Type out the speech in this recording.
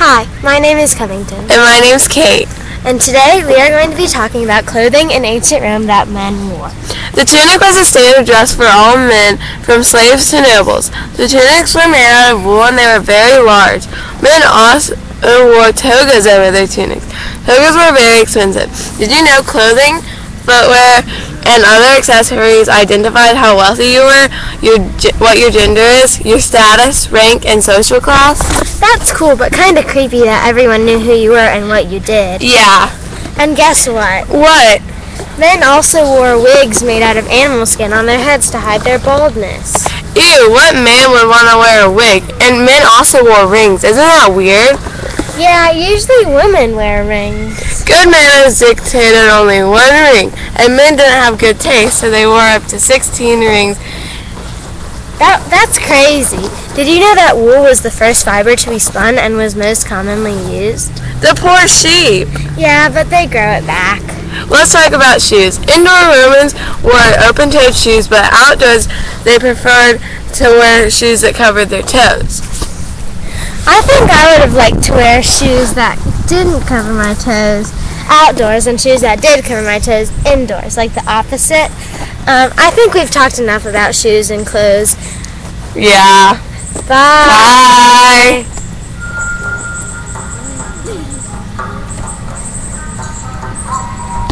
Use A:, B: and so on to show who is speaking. A: Hi, my name is Covington,
B: And my name's Kate.
A: and today we are going to be talking about clothing in ancient Rome that men wore.
B: The tunic was a standard dress for all men, from slaves to nobles. The tunics were made out of wool and they were very large. Men also wore togas over their tunics. Togas were very expensive. Did you know clothing, footwear, and other accessories identified how wealthy you were, your, ge- what your gender is, your status, rank, and social class?
A: That's cool, but kinda creepy that everyone knew who you were and what you did.
B: Yeah.
A: And guess what?
B: What?
A: Men also wore wigs made out of animal skin on their heads to hide their baldness.
B: Ew, what man would want to wear a wig? And men also wore rings. Isn't that weird?
A: Yeah, usually women wear rings.
B: Good manners dictated only one ring, and men didn't have good taste, so they wore up to 16 rings.
A: That, that's crazy. Did you know that wool was the first fiber to be spun and was most commonly used?
B: The poor sheep!
A: Yeah, but they grow it back.
B: Let's talk about shoes. Indoor Romans wore open toed shoes, but outdoors they preferred to wear shoes that covered their toes.
A: I think I would have liked to wear shoes that didn't cover my toes outdoors and shoes that did cover my toes indoors, like the opposite. Um, I think we've talked enough about shoes and clothes.
B: Yeah.
A: Bye.
B: Bye.